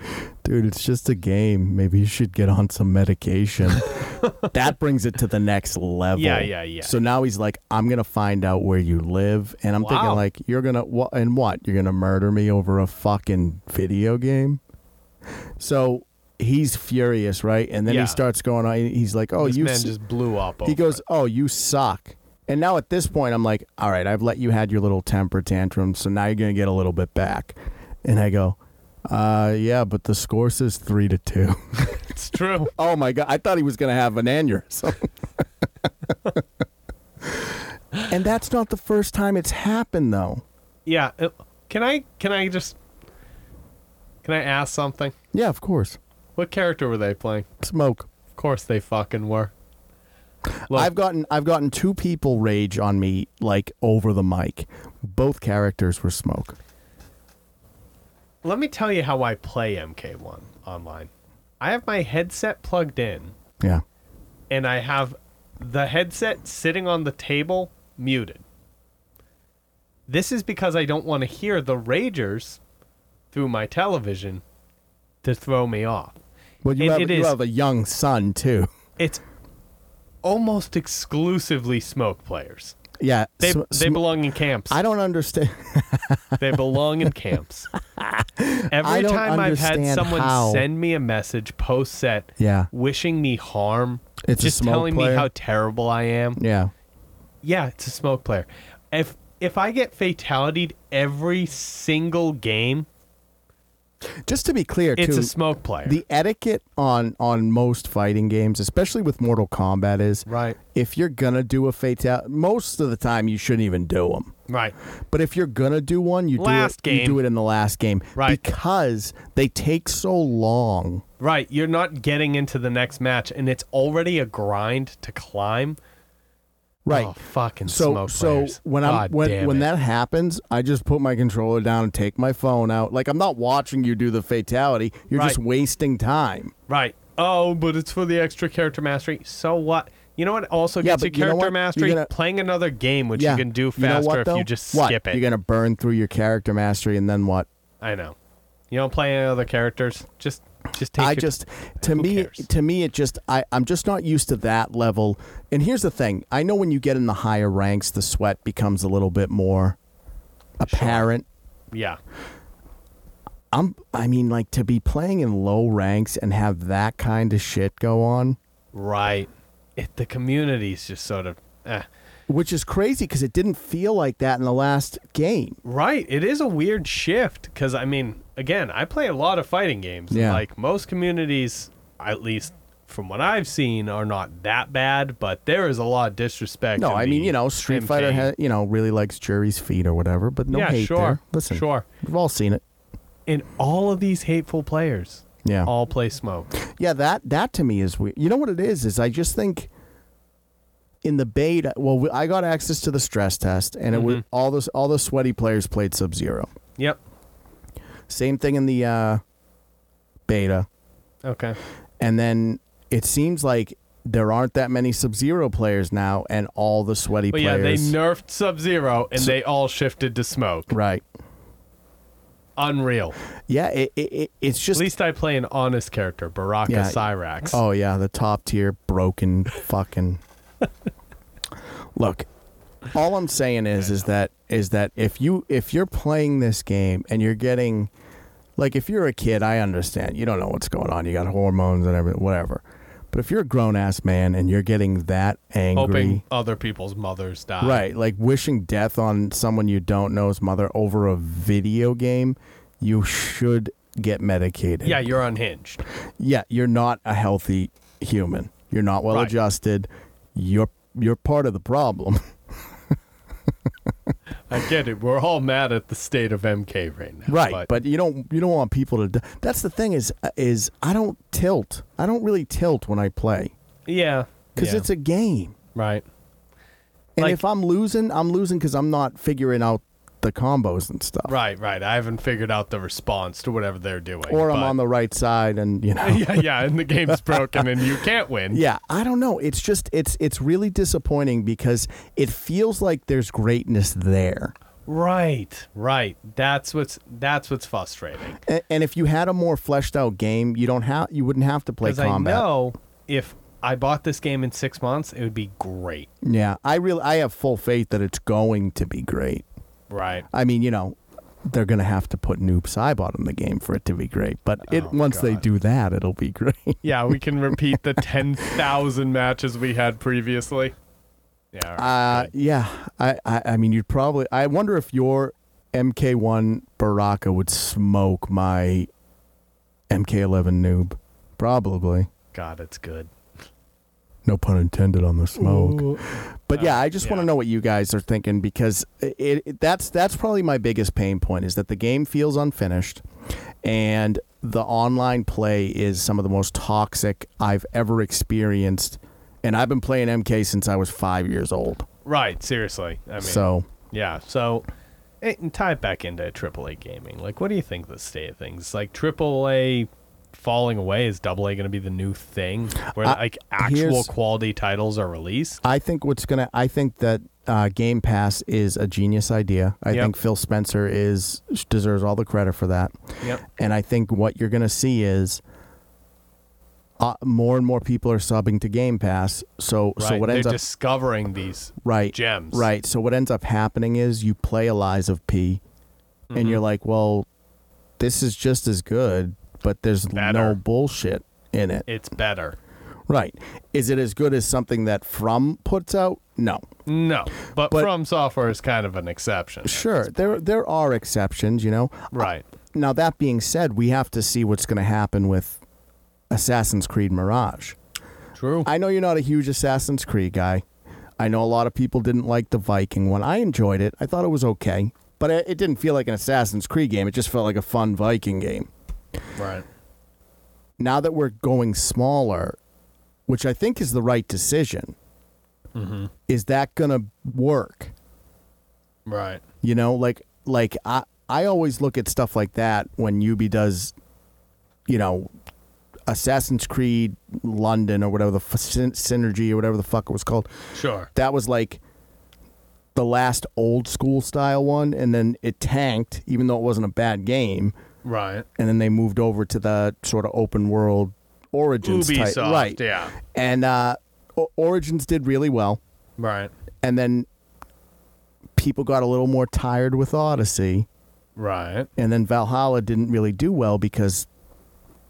S1: dude, it's just a game. Maybe you should get on some medication. that brings it to the next level.
S2: Yeah, yeah, yeah.
S1: So now he's like, I'm gonna find out where you live, and I'm thinking
S2: Wow.
S1: like, you're gonna what and what? You're gonna murder me over a fucking video game? So he's furious, right? And then
S2: Yeah.
S1: he starts going on. He's like, oh,
S2: this
S1: you.
S2: man
S1: s-
S2: just blew up.
S1: he
S2: over
S1: goes,
S2: it.
S1: "Oh, you suck." And now at this point, I'm like, "All right, I've let you had your little temper tantrum, so now you're gonna get a little bit back." And I go, "Uh, yeah, but the score says three to two.
S2: "It's true."
S1: oh my god, I thought he was gonna have an aneurysm. and that's not the first time it's happened, though.
S2: Yeah. uh, Can I? Can I just? Can I ask something?
S1: Yeah, of course,
S2: What character were they playing?
S1: smoke.
S2: Of course they fucking were. Look,
S1: I've gotten I've gotten two people rage on me like over the mic. Both characters were smoke.
S2: let me tell you how I play MK1 online. I have my headset plugged in,
S1: Yeah,
S2: and I have the headset sitting on the table muted. This is because I don't want to hear the ragers through my television to throw me off.
S1: well, you
S2: It-
S1: have
S2: it
S1: you
S2: is-
S1: have a young son too.
S2: It's almost exclusively smoke players.
S1: Yeah,
S2: They,
S1: sm-
S2: they
S1: sm-
S2: belong in camps.
S1: I don't understand.
S2: They belong in camps.
S1: I
S2: Every
S1: don't
S2: time I've had
S1: understand
S2: someone
S1: how-
S2: send me a message post set
S1: Yeah.
S2: wishing me harm,
S1: It's a
S2: just
S1: smoke
S2: telling me
S1: player.
S2: how terrible I am.
S1: Yeah,
S2: Yeah, it's a smoke player. If if I get fatalityed every single game,
S1: just to be clear,
S2: it's
S1: too,
S2: a smoke player.
S1: the etiquette on on most fighting games, especially with Mortal Kombat, is
S2: Right.
S1: If you're gonna do a fatality, most of the time you shouldn't even do them.
S2: right.
S1: But if you're gonna do one, you
S2: Last
S1: do it. You
S2: game.
S1: do it in the last game,
S2: Right.
S1: Because they take so long.
S2: Right, you're not getting into the next match and it's already a grind to climb.
S1: Right.
S2: Oh, fucking
S1: so
S2: smoke
S1: so
S2: players.
S1: when I'm
S2: God
S1: when
S2: damn
S1: when
S2: it.
S1: that happens, I just put my controller down and take my phone out. Like I'm not watching you do the fatality. You're just
S2: Right.
S1: wasting time.
S2: Right. Oh, but it's for the extra character mastery. So what? You know what also
S1: Yeah,
S2: gets
S1: but
S2: you
S1: you know
S2: character
S1: what? You're
S2: mastery?
S1: gonna-
S2: Playing another game, which you can do faster
S1: know what,
S2: if
S1: though?
S2: you just
S1: What?
S2: skip it.
S1: You're gonna burn through your character mastery, and then what?
S2: I know. You don't play any other characters. Just, just take.
S1: I
S2: your-
S1: just to
S2: Who
S1: me
S2: cares?
S1: to me it just I I'm just not used to that level. And here's the thing: I know when you get in the higher ranks, the sweat becomes a little bit more apparent.
S2: yeah,
S1: I'm I mean, like to be playing in low ranks and have that kind of shit go on.
S2: right. It, the community's just sort of eh.
S1: Which is crazy because it didn't feel like that in the last game.
S2: right. It is a weird shift because I mean, again, I play a lot of fighting games. and,
S1: Yeah.
S2: Like most communities, at least from what I've seen, are not that bad. But there is a lot of disrespect.
S1: No,
S2: in
S1: I mean,
S2: the
S1: you know, Street
S2: MK.
S1: Fighter, ha- you know, really likes Jury's feet or whatever, but no
S2: yeah,
S1: hate
S2: sure.
S1: there. Listen,
S2: sure.
S1: we've all seen it.
S2: And all of these hateful players
S1: Yeah.
S2: all play smoke.
S1: Yeah, that that to me is weird. You know what it is? Is I just think in the beta. Well, we- I got access to the stress test, and it was
S2: Mm-hmm.
S1: all those all the sweaty players played Sub Zero.
S2: Yep.
S1: Same thing in the uh, beta,
S2: Okay.
S1: and then it seems like there aren't that many Sub Zero players now, and all the sweaty
S2: But yeah, they
S1: players.
S2: nerfed Sub Zero and
S1: So-
S2: they all shifted to smoke.
S1: right.
S2: Unreal.
S1: Yeah, it, it, it it's
S2: At
S1: just.
S2: least I play an honest character, Baraka
S1: Yeah.
S2: Cyrax.
S1: Oh yeah, the top tier broken fucking. Look, all I'm saying is is that is that if you if you're playing this game and you're getting, like if you're a kid, I understand you don't know what's going on. You got hormones and everything, whatever. But if you're a grown ass man and you're getting that angry,
S2: Hoping other people's mothers die.
S1: right, like wishing death on someone you don't know's mother over a video game, you should get medicated.
S2: Yeah, you're unhinged.
S1: Yeah, you're not a healthy human. You're not well
S2: Right.
S1: adjusted. You're you're part of the problem.
S2: I get it. We're all mad at the state of MK right now.
S1: right. But,
S2: But,
S1: you don't you don't want people to d- That's the thing is uh, is I don't tilt. I don't really tilt when I play
S2: yeah.
S1: cuz
S2: yeah,
S1: it's a game.
S2: right.
S1: And
S2: Like-
S1: if I'm losing, I'm losing cuz I'm not figuring out the combos and stuff.
S2: Right, right. I haven't figured out the response to whatever they're doing.
S1: Or I'm
S2: but-
S1: on the right side and you know.
S2: yeah, yeah, and the game's broken and you can't win.
S1: Yeah, I don't know. It's just it's it's really disappointing because it feels like there's greatness there.
S2: Right, right. That's what's that's what's frustrating.
S1: And, and if you had a more fleshed out game, you don't have you wouldn't have to play
S2: Because I
S1: combat.
S2: know if I bought this game in six months, it would be great.
S1: Yeah, I really I have full faith that it's going to be great.
S2: Right.
S1: I mean, you know, they're gonna have to put Noob Saibot in the game for it to be great. But it
S2: Oh,
S1: once they
S2: God.
S1: do that, it'll be great.
S2: Yeah, we can repeat the ten thousand matches we had previously. Yeah. all right,
S1: Uh,
S2: good.
S1: yeah, I, I I mean, you'd probably. I wonder if your MK1 Baraka would smoke my MK11 Noob. Probably.
S2: God, it's good.
S1: No pun intended on the smoke. But yeah,
S2: Uh,
S1: I just want
S2: yeah.
S1: to know what you guys are thinking because it, it that's that's probably my biggest pain point is that the game feels unfinished, and the online play is some of the most toxic I've ever experienced, and I've been playing MK since I was five years old.
S2: Right. Seriously. I mean.
S1: so
S2: Yeah. So, eh, and tie it back into AAA gaming. Like, what do you think the state of things? Like AAA falling away is AA going to be the new thing where
S1: Uh,
S2: like actual
S1: here's-
S2: quality titles are released?
S1: I think what's gonna I think that uh, Game Pass is a genius idea. I
S2: Yep.
S1: think Phil Spencer is deserves all the credit for that.
S2: Yep.
S1: And I think what you're going to see is uh, more and more people are subbing to Game Pass. So
S2: Right.
S1: so what
S2: They're
S1: ends up
S2: discovering these
S1: right
S2: gems.
S1: right. So what ends up happening is you play Lies of P, and
S2: Mm-hmm.
S1: you're like, well, this is just as good, but there's
S2: Better.
S1: no bullshit in it.
S2: It's better.
S1: Right? Is it as good as something that From puts out? No.
S2: No, but,
S1: But-
S2: From Software is kind of an exception.
S1: Sure, there there are exceptions, you know.
S2: Right.
S1: Now that being said, we have to see what's going to happen with Assassin's Creed Mirage.
S2: True.
S1: I know you're not a huge Assassin's Creed guy. I know a lot of people didn't like the Viking one. I enjoyed it. I thought it was okay, but it, it didn't feel like an Assassin's Creed game. It just felt like a fun Viking game.
S2: right.
S1: Now that we're going smaller, which I think is the right decision,
S2: Mm-hmm.
S1: is that going to work?
S2: Right.
S1: You know, like like I I always look at stuff like that when Ubi does, you know, Assassin's Creed London or whatever the f- syn- synergy or whatever the fuck it was called.
S2: Sure.
S1: That was like the last old school style one, and then it tanked, even though it wasn't a bad game.
S2: Right.
S1: And then they moved over to the sort of open world Origins
S2: Ubisoft.
S1: type, right?
S2: Yeah.
S1: And uh, O- Origins did really well,
S2: Right.
S1: and then people got a little more tired with Odyssey.
S2: Right.
S1: and then Valhalla didn't really do well because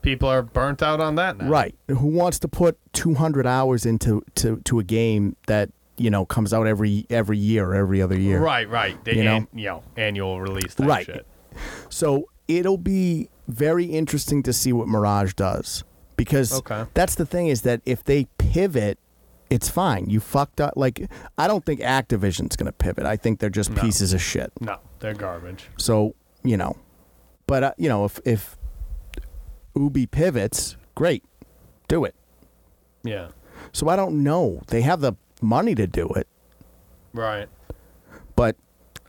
S2: People are burnt out on that now.
S1: right, who wants to put 200 hours into to, to a game that you know comes out every every year or every other year?
S2: Right, right. The
S1: You know?
S2: an- you know, annual release type
S1: Right.
S2: shit.
S1: So it'll be very interesting to see what Mirage does because
S2: Okay.
S1: that's the thing is that if they pivot, it's fine. You fucked up. Like I don't think Activision's going to pivot. I think they're just
S2: No.
S1: pieces of shit.
S2: No, they're garbage.
S1: So you know, but uh, you know if if Ubi pivots, great, do it.
S2: Yeah.
S1: So I don't know. They have the money to do it,
S2: Right.
S1: but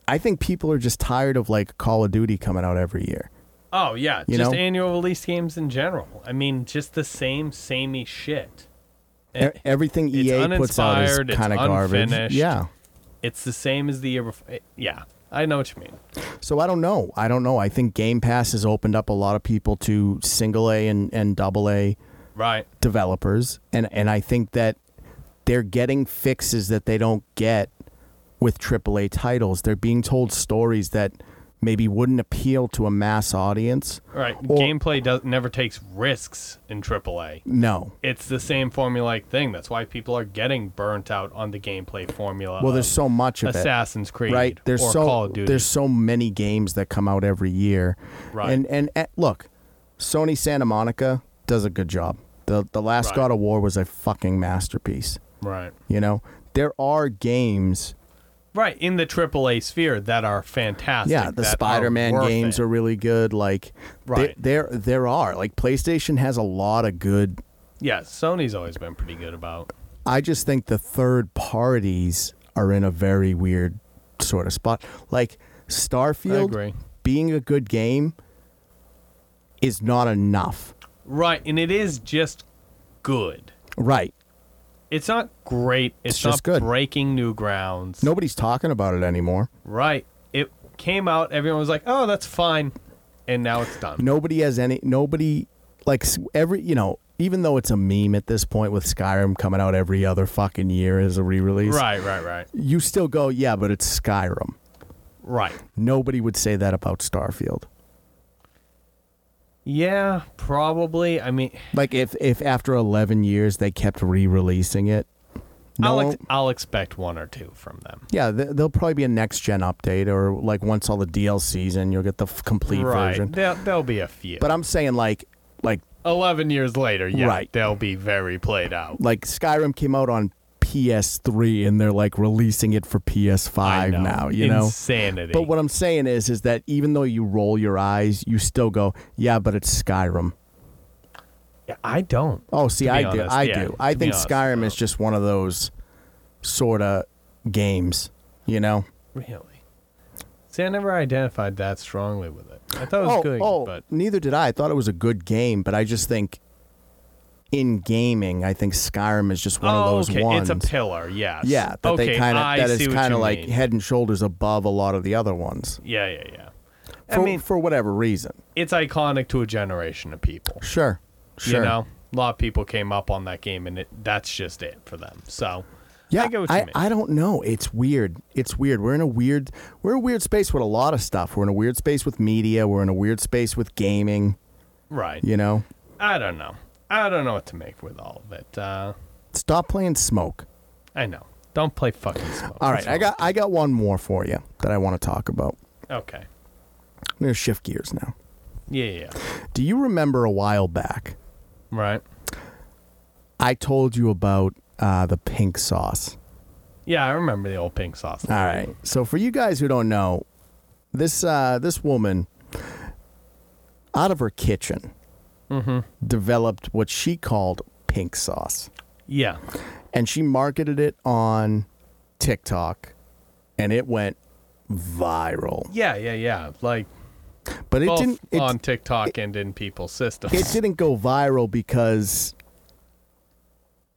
S1: I think people are just tired of like Call of Duty coming out every year.
S2: Oh yeah,
S1: You
S2: just
S1: know?
S2: annual release games in general. I mean, just the same samey shit.
S1: E-
S2: Eh,
S1: Everything EA puts out is
S2: uninspired, it's
S1: kind of garbage.
S2: unfinished.
S1: Yeah.
S2: It's the same as the year before. Yeah, I know what you mean.
S1: So I don't know. I don't know. I think Game Pass has opened up a lot of people to single A and, and double A
S2: Right.
S1: developers. And, and I think that they're getting fixes that they don't get with AAA titles. They're being told stories that maybe wouldn't appeal to a mass audience.
S2: Right.
S1: Or-
S2: Gameplay does never takes risks in AAA.
S1: No.
S2: It's the same formulaic thing. That's why people are getting burnt out on the gameplay formula.
S1: Well,
S2: of
S1: there's so much of it.
S2: Assassin's Creed,
S1: right? There's
S2: or
S1: so
S2: Call of Duty.
S1: there's so many games that come out every year,
S2: Right.
S1: And and eh, look, Sony Santa Monica does a good job. the The last
S2: Right.
S1: God of War was a fucking masterpiece.
S2: Right.
S1: You know, there are games.
S2: Right, in the AAA sphere that are fantastic.
S1: Yeah, the
S2: that are
S1: Spider-Man
S2: worth
S1: games
S2: it.
S1: are really good. Like,
S2: Right.
S1: there, there there are like PlayStation has a lot of good.
S2: Yeah, Sony's always been pretty good about.
S1: I just think the third parties are in a very weird sort of spot. Like Starfield,
S2: agree.
S1: being a good game is not enough.
S2: Right, and it is just good.
S1: Right.
S2: It's not great. It's,
S1: just
S2: not
S1: good.
S2: breaking new grounds.
S1: Nobody's talking about it anymore.
S2: Right. It came out. Everyone was like, "Oh, that's fine," and now it's done.
S1: Nobody has any. Nobody like s- every. You know, even though it's a meme at this point with Skyrim coming out every other fucking year as a re-release.
S2: Right, right, right,
S1: You still go, yeah, but it's Skyrim.
S2: right.
S1: Nobody would say that about Starfield.
S2: Yeah, probably. I mean,
S1: Like if if after eleven years they kept re-releasing it, no,
S2: I'll, ex- I'll expect one or two from them.
S1: yeah, th- there'll probably be a next gen update or like once all the DLCs in, you'll get the f- complete
S2: Right,
S1: version.
S2: there, there'll be a few.
S1: But I'm saying like like
S2: Eleven years later, yeah,
S1: Right.
S2: they'll be very played out.
S1: like Skyrim came out on PS3 and they're like releasing it for
S2: I
S1: PS5
S2: know.
S1: now, you know.
S2: insanity.
S1: But what I'm saying is is that even though you roll your eyes, you still go, yeah, but it's Skyrim.
S2: Yeah, I don't.
S1: Oh, see,
S2: To be
S1: I do.
S2: honest,
S1: I
S2: yeah,
S1: do. I
S2: to be
S1: think
S2: honest,
S1: Skyrim
S2: no.
S1: is just one of those sort of games, you know?
S2: Really? See, I never identified that strongly with it. I thought it was
S1: oh,
S2: good,
S1: oh,
S2: but
S1: neither did I. I thought it was a good game, but I just think in gaming, I think Skyrim is just one
S2: oh,
S1: of those
S2: okay,
S1: ones.
S2: it's a pillar. Yes.
S1: yeah, that
S2: okay,
S1: they kind
S2: I
S1: of that
S2: see
S1: is
S2: what
S1: kind of
S2: you
S1: like
S2: mean.
S1: head and shoulders above a lot of the other ones
S2: Yeah, yeah, yeah. I
S1: for
S2: mean-
S1: for whatever reason.
S2: It's iconic to a generation of people.
S1: Sure, sure.
S2: You know, a lot of people came up on that game, and it, that's just it for them. So,
S1: Yeah,
S2: I get what you
S1: I,
S2: mean.
S1: I don't know. It's weird. It's weird. We're in a weird we're in a weird space with a lot of stuff. We're in a weird space with media. We're in a weird space with gaming.
S2: right.
S1: You know,
S2: I don't know. I don't know what to make with all of it. Uh,
S1: stop playing smoke.
S2: I know. Don't play fucking smoke.
S1: All right,
S2: That's
S1: I got I got one more for you that I want to talk about.
S2: all. Okay.
S1: I'm gonna shift gears now.
S2: Yeah, yeah. yeah.
S1: Do you remember a while back
S2: Right.
S1: I told you about uh, the pink sauce?
S2: Yeah, I remember the old pink sauce.
S1: All right. So for you guys who don't know, this uh, this woman out of her kitchen
S2: Mm-hmm.
S1: developed what she called pink sauce,
S2: Yeah.
S1: and she marketed it on TikTok, and it went viral.
S2: Yeah, yeah, yeah. Like
S1: But it
S2: both
S1: didn't. It,
S2: on TikTok and in people's systems.
S1: it didn't go viral because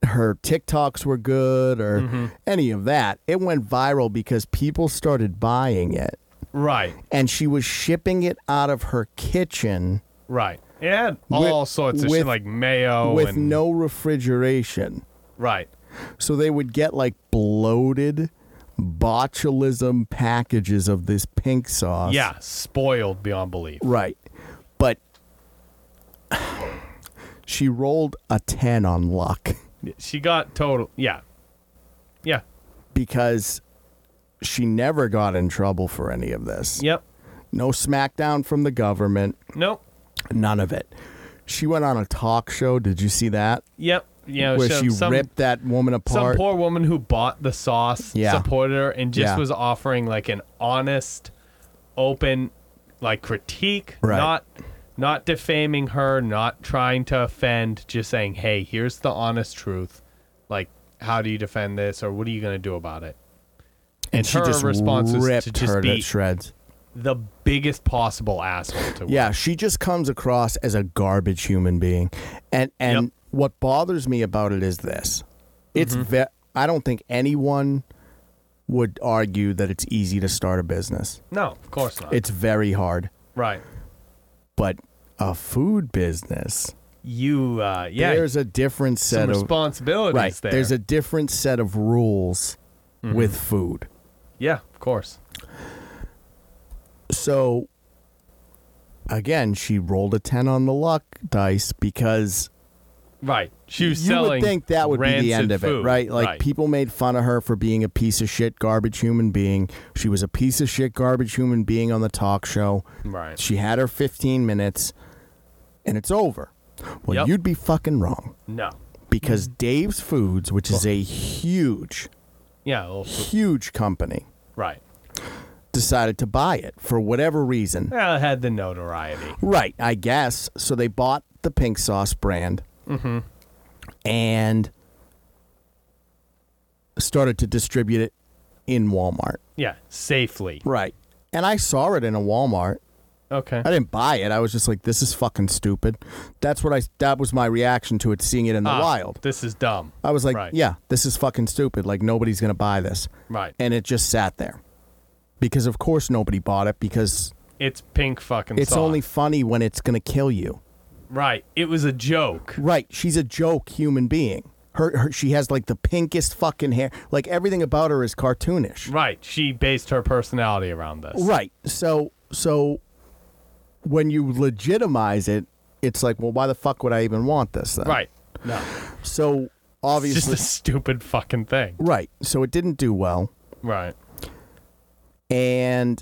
S1: her TikToks were good or
S2: Mm-hmm.
S1: any of that. It went viral because people started buying it
S2: Right.
S1: and she was shipping it out of her kitchen
S2: Right. It had all sorts of
S1: with-
S2: shit like mayo
S1: with
S2: Oh, and
S1: no refrigeration.
S2: right.
S1: So they would get like bloated botulism packages of this pink sauce.
S2: Yeah, spoiled beyond belief.
S1: Right. But she rolled a 10 on luck.
S2: She got total. Yeah. Yeah.
S1: because she never got in trouble for any of this.
S2: Yep.
S1: No smackdown from the government,
S2: Nope.
S1: none of it. She went on a talk show. Did you see that?
S2: Yep. Yeah.
S1: Where
S2: so
S1: she
S2: some,
S1: ripped that woman
S2: some
S1: apart.
S2: poor woman who bought the sauce
S1: Yeah.
S2: supported her and just
S1: Yeah.
S2: was offering like an honest, open, like critique,
S1: Right.
S2: not not defaming her, not trying to offend, just saying, "Hey, here's the honest truth. Like, how do you defend this, or what are you going to do about it?"
S1: and she
S2: her
S1: just
S2: response was to
S1: ripped
S2: just
S1: her
S2: be-
S1: to shreds.
S2: The biggest possible asshole to her.
S1: Yeah, she just comes across as a garbage human being. And and
S2: Yep. Mm-hmm.
S1: what bothers me about it is this. It's ve- I don't think anyone would argue that it's easy to start a business.
S2: No, of course not.
S1: It's very hard,
S2: right.
S1: but a food business
S2: You, uh, yeah,
S1: there's a different set
S2: some
S1: of
S2: responsibilities
S1: right.
S2: there. Mm-hmm.
S1: There's a different set of rules with food.
S2: yeah, of course.
S1: So again, she rolled a ten on the luck dice because
S2: Right. She was
S1: you would
S2: selling
S1: think that would be the
S2: rancid
S1: end of it,
S2: food.
S1: right? Like people made fun of her for being a piece of shit garbage human being. She was a piece of shit garbage human being on the talk show.
S2: Right.
S1: She had her 15 minutes and it's over. Well,
S2: Yep.
S1: you'd be fucking wrong
S2: No.
S1: because
S2: Mm.
S1: Dave's Foods, which is a huge
S2: Yeah. well, f-
S1: huge company
S2: right.
S1: decided to buy it for whatever reason.
S2: Well, it had the notoriety.
S1: Right, I guess. So they bought the pink sauce brand
S2: Mm-hmm.
S1: and started to distribute it in Walmart.
S2: Yeah. Safely.
S1: Right. And I saw it in a Walmart.
S2: Okay.
S1: I didn't buy it. I was just like, this is fucking stupid. That's what I that was my reaction to it seeing it in the
S2: Ah,
S1: wild.
S2: This is dumb.
S1: I was like,
S2: right.
S1: yeah, this is fucking stupid. Like nobody's gonna buy this.
S2: Right.
S1: And it just sat there. because of course nobody bought it because
S2: It's pink fucking.
S1: it's
S2: soft.
S1: only funny when it's going to kill you.
S2: right. It was a joke.
S1: Right. She's a joke human being. Her, her she has like the pinkest fucking hair. Like everything about her is cartoonish.
S2: Right. She based her personality around this.
S1: Right. So so when you legitimize it, it's like, well, why the fuck would I even want this then?
S2: Right. No.
S1: So
S2: It's just
S1: obviously
S2: a stupid fucking thing.
S1: Right. So it didn't do well.
S2: Right.
S1: And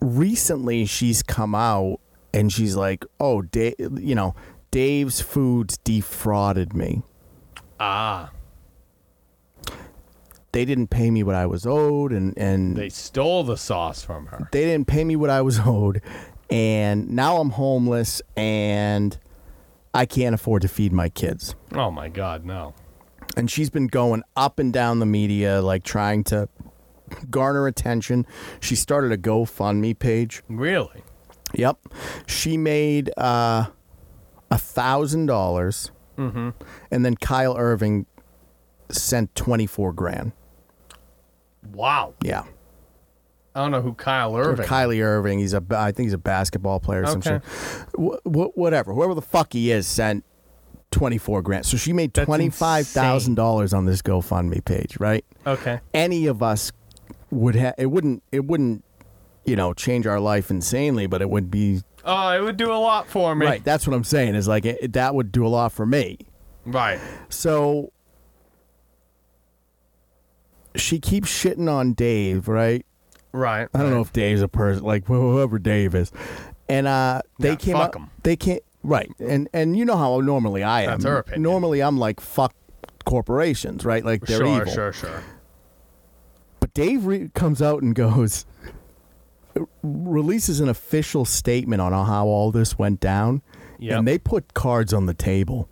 S1: recently she's come out and she's like, "Oh, Dave, you know, Dave's Foods defrauded me.
S2: Ah.
S1: They didn't pay me what I was owed and and
S2: They stole the sauce from her.
S1: they didn't pay me what I was owed, and now I'm homeless and I can't afford to feed my kids.
S2: Oh my god, no.
S1: And she's been going up and down the media, like trying to garner attention. She started a GoFundMe page.
S2: Really?
S1: Yep, she made uh, a thousand dollars,
S2: Mm-hmm.
S1: and then Kyle Irving sent twenty four grand.
S2: Wow.
S1: Yeah.
S2: I don't know who Kyle
S1: Or
S2: Irving.
S1: Kylie Irving. He's a. ba- I think he's a basketball player or some
S2: Okay.
S1: shit. Wh- wh- whatever. Whoever the fuck he is sent twenty four grand. So she made
S2: That's
S1: twenty five thousand dollars on this GoFundMe page, right?
S2: okay.
S1: Any of us would have. It wouldn't. It wouldn't. You know, change our life insanely, but it would be
S2: Oh, it would do a lot for me.
S1: right. That's what I'm saying. Is like it, that would do a lot for me.
S2: Right.
S1: So she keeps shitting on Dave, right?
S2: Right.
S1: I don't know if Dave's a person like wh- whoever Dave is, and uh, they
S2: Yeah,
S1: came up.
S2: fuck 'em.
S1: They can't right, and and you know how normally I am.
S2: That's her opinion.
S1: Normally I'm like fuck corporations, right? Like they're
S2: sure,
S1: evil.
S2: sure, sure.
S1: But Dave re- comes out and goes, releases an official statement on how all this went down,
S2: Yep. Mm-hmm.
S1: and they put cards on the table.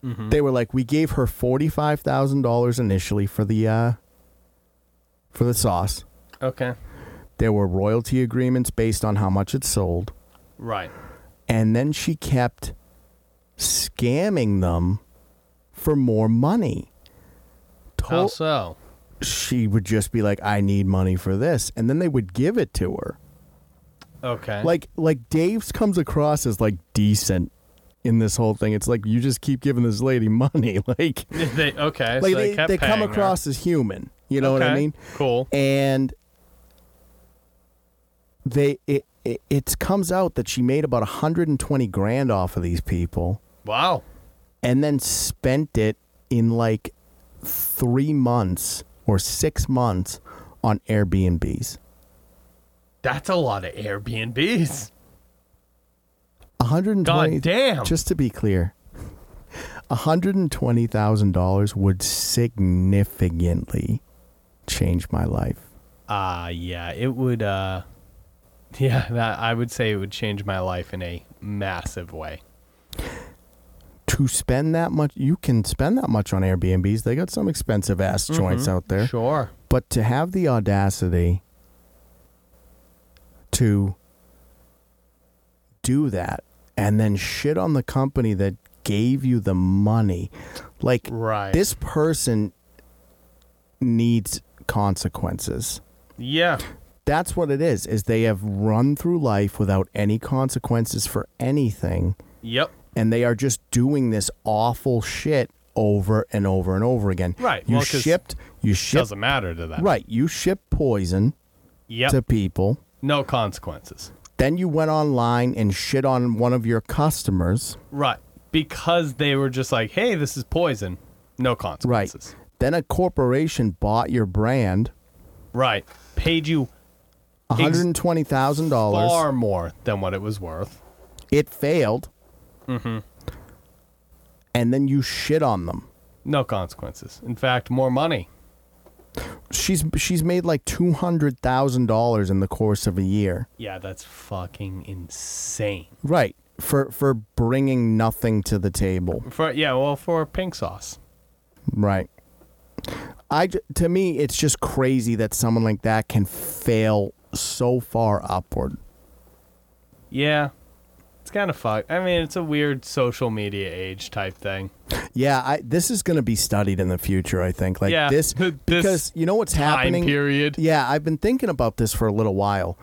S1: They were like, we gave her forty five thousand dollars initially for the uh, for the sauce.
S2: Okay.
S1: There were royalty agreements based on how much it sold.
S2: Right.
S1: And then she kept scamming them for more money.
S2: How
S1: Told,
S2: so?
S1: she would just be like, I need money for this. And then they would give it to her.
S2: Okay.
S1: Like like Dave's comes across as like decent in this whole thing. It's like you just keep giving this lady money. Like,
S2: they
S1: like
S2: okay. so they,
S1: they,
S2: kept
S1: they come
S2: paying her.
S1: across as human. You know what I
S2: Okay,
S1: mean?
S2: Cool.
S1: and they it, it it comes out that she made about 120 grand off of these people
S2: Wow.
S1: and then spent it in like 3 months or 6 months on Airbnbs.
S2: That's a lot of Airbnbs.
S1: 120
S2: God damn.
S1: Just to be clear, $120,000 would significantly change my life.
S2: Ah, yeah, it would. uh Yeah, that I would say it would change my life in a massive way.
S1: to spend that much you can spend that much on airbnbs they got some expensive ass joints out there
S2: Mm-hmm. Sure.
S1: but to have the audacity to do that and then shit on the company that gave you the money like
S2: Right.
S1: this person needs consequences
S2: yeah.
S1: that's what it is is they have run through life without any consequences for anything
S2: Yep.
S1: and they are just doing this awful shit over and over and over again.
S2: Right,
S1: You
S2: well, 'cause
S1: shipped. You shipped.
S2: Doesn't matter to them.
S1: Right. You shipped poison
S2: Yep.
S1: to people.
S2: no consequences.
S1: Then you went online and shit on one of your customers.
S2: Right. Because they were just like, hey, this is poison. No
S1: Right.
S2: consequences.
S1: Then a corporation bought your brand,
S2: Right. Paid you
S1: one hundred and twenty thousand dollars.
S2: far more than what it was worth.
S1: It failed. Mm-hmm. And then you shit on them.
S2: No consequences. In fact, more money.
S1: She's she's made like two hundred thousand dollars in the course of a year.
S2: Yeah, that's fucking insane.
S1: Right. For for bringing nothing to the table.
S2: For yeah, well, for pink sauce.
S1: Right. I ju- to me it's just crazy that someone like that can fail so far upward.
S2: Yeah. It's kind of fucked. I mean, it's a weird social media age type thing.
S1: Yeah, I, this is going to be studied in the future. I think like
S2: Yeah,
S1: this
S2: this
S1: because you know what's
S2: time
S1: happening.
S2: period.
S1: Yeah, I've been thinking about this for a little while.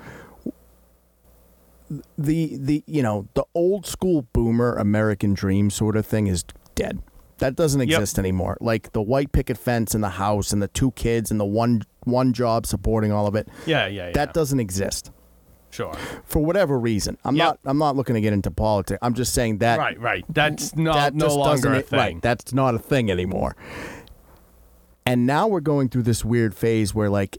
S1: The the you know the old school boomer American dream sort of thing is dead. That doesn't exist anymore. Like the white picket fence and the house and the two kids and the one one job supporting all of it.
S2: Yeah, yeah, yeah.
S1: That doesn't exist
S2: sure.
S1: for whatever reason. I'm
S2: Yep.
S1: not I'm not looking to get into politics. I'm just saying that
S2: Right, right. That's not
S1: that
S2: no
S1: just
S2: longer
S1: doesn't
S2: a
S1: it-
S2: thing.
S1: Right, that's not a thing anymore. And now we're going through this weird phase where like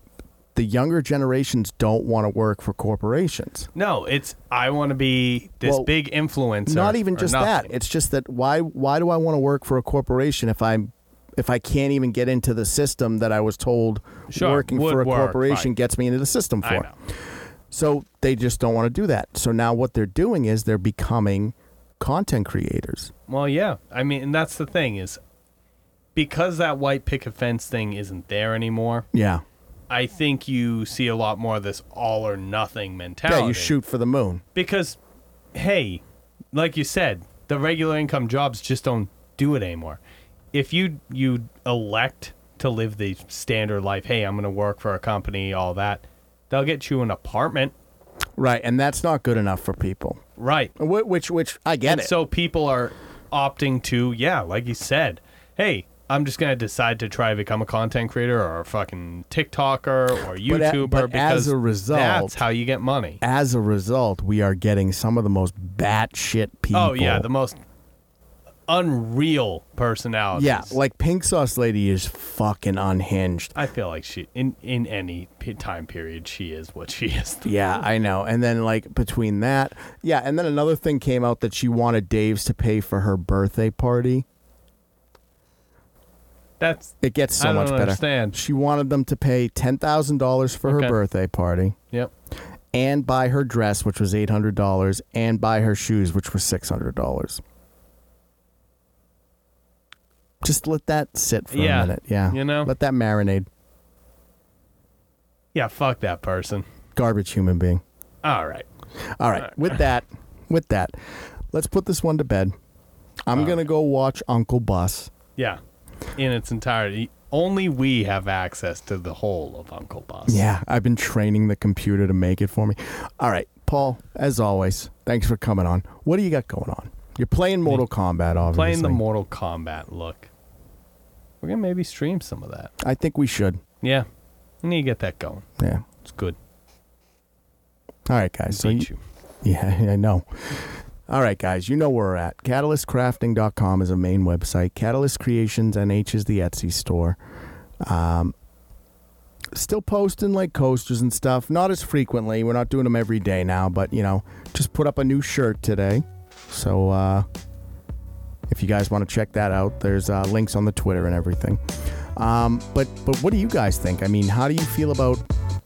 S1: the younger generations don't want to work for corporations.
S2: No, it's I want to be this
S1: Well,
S2: big influencer.
S1: not even
S2: or
S1: just
S2: nothing.
S1: that. It's just that why why do I want to work for a corporation if I'm if I can't even get into the system that I was told
S2: Sure,
S1: working
S2: would
S1: for a
S2: work,
S1: corporation
S2: right.
S1: gets me into the system for.
S2: I know.
S1: So they just don't want to do that. So now what they're doing is they're becoming content creators.
S2: Well, yeah. I mean, and that's the thing is because that white picket fence thing isn't there anymore.
S1: Yeah.
S2: I think you see a lot more of this all or nothing mentality.
S1: Yeah, you shoot for the moon.
S2: because hey, like you said, the regular income jobs just don't do it anymore. If you you elect to live the standard life, hey, I'm going to work for a company, all that, they'll get you an apartment,
S1: Right, and that's not good enough for people.
S2: right?
S1: Which, which, which I get
S2: And
S1: it.
S2: so people are opting to, yeah, like you said, hey, I'm just going to decide to try to become a content creator or a fucking TikToker or
S1: But a-
S2: YouTuber
S1: but as
S2: because
S1: a result-
S2: that's how you get money.
S1: As a result, we are getting some of the most batshit people.
S2: Oh yeah, the most unreal personalities.
S1: yeah, like Pink Sauce Lady is fucking unhinged.
S2: I feel like she in in any p- time period she is what she is.
S1: Yeah, I know. And then like between that, yeah, and then another thing came out that she wanted Dave's to pay for her birthday party.
S2: That's
S1: It gets so
S2: I don't
S1: much better.
S2: understand.
S1: She wanted them to pay ten thousand dollars for
S2: Okay.
S1: her birthday party
S2: yep.
S1: and buy her dress, which was eight hundred dollars, and buy her shoes, which was six hundred dollars. Just let that sit for
S2: Yeah,
S1: a minute. Yeah.
S2: you know?
S1: Let that marinade.
S2: Yeah, fuck that person.
S1: Garbage human being.
S2: All right.
S1: All right. With that, with that, let's put this one to bed. I'm gonna go watch Uncle Bus.
S2: Yeah. In its entirety, only we have access to the whole of Uncle Boss.
S1: Yeah, I've been training the computer to make it for me. All right, Paul, as always, thanks for coming on. What do you got going on? You're playing Mortal Kombat, obviously.
S2: Playing the Mortal Kombat look. We're going to maybe stream some of that.
S1: I think we should.
S2: Yeah. We need to get that going.
S1: Yeah.
S2: It's good.
S1: All right, guys. So you,
S2: Beat you.
S1: Yeah, I know. All right, guys, you know where we're at. CatalystCrafting.com is a main website. Catalyst Creations NH is the Etsy store. Um, still posting like coasters and stuff. Not as frequently. We're not doing them every day now, but you know, just put up a new shirt today. So uh, if you guys want to check that out, there's uh, links on the Twitter and everything. Um, but but what do you guys think? I mean, how do you feel about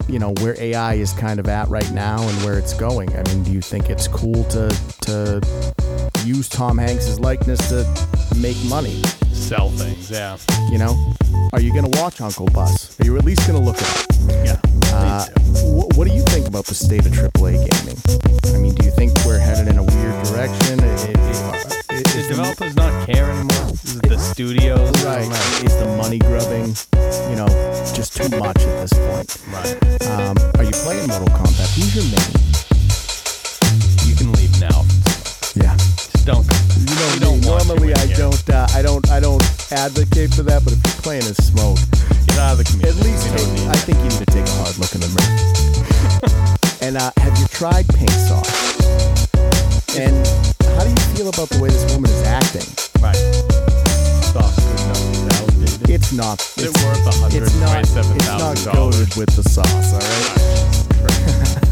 S1: you know where AI is kind of at right now and where it's going? I mean, do you think it's cool to to use Tom Hanks's likeness to make money?
S2: Sell things. Yeah.
S1: You know, are you gonna watch Uncle Bus? Are you at least gonna look at?
S2: Yeah.
S1: Uh, wh- what do you think about the state of AAA gaming? I mean, do you think we're headed in a weird direction? It, it, it, it,
S2: the
S1: is the-
S2: developers not care anymore. Is it the studios? I
S1: Right.
S2: don't know.
S1: Is the money grubbing, you know, just too much at this point?
S2: Right.
S1: Um, are you playing Mortal Kombat? Who's your main?
S2: You can leave now.
S1: Yeah.
S2: Just don't.
S1: You know,
S2: You don't
S1: me,
S2: want to
S1: normally
S2: in
S1: I
S2: here.
S1: don't. Uh, I don't. I don't advocate for that. But if you're playing as smoke,
S2: Get out of the
S1: at
S2: community.
S1: least
S2: You don't
S1: take-
S2: need
S1: I
S2: it.
S1: think you need to take a hard look in the mirror. and uh, have you tried pink sauce? And how do you feel about the way this woman is acting?
S2: Right. Soft is not validated.
S1: It's not.
S2: Is
S1: It's,
S2: it worth
S1: it's not. It's not
S2: $127,000?
S1: goaded with the sauce. All right.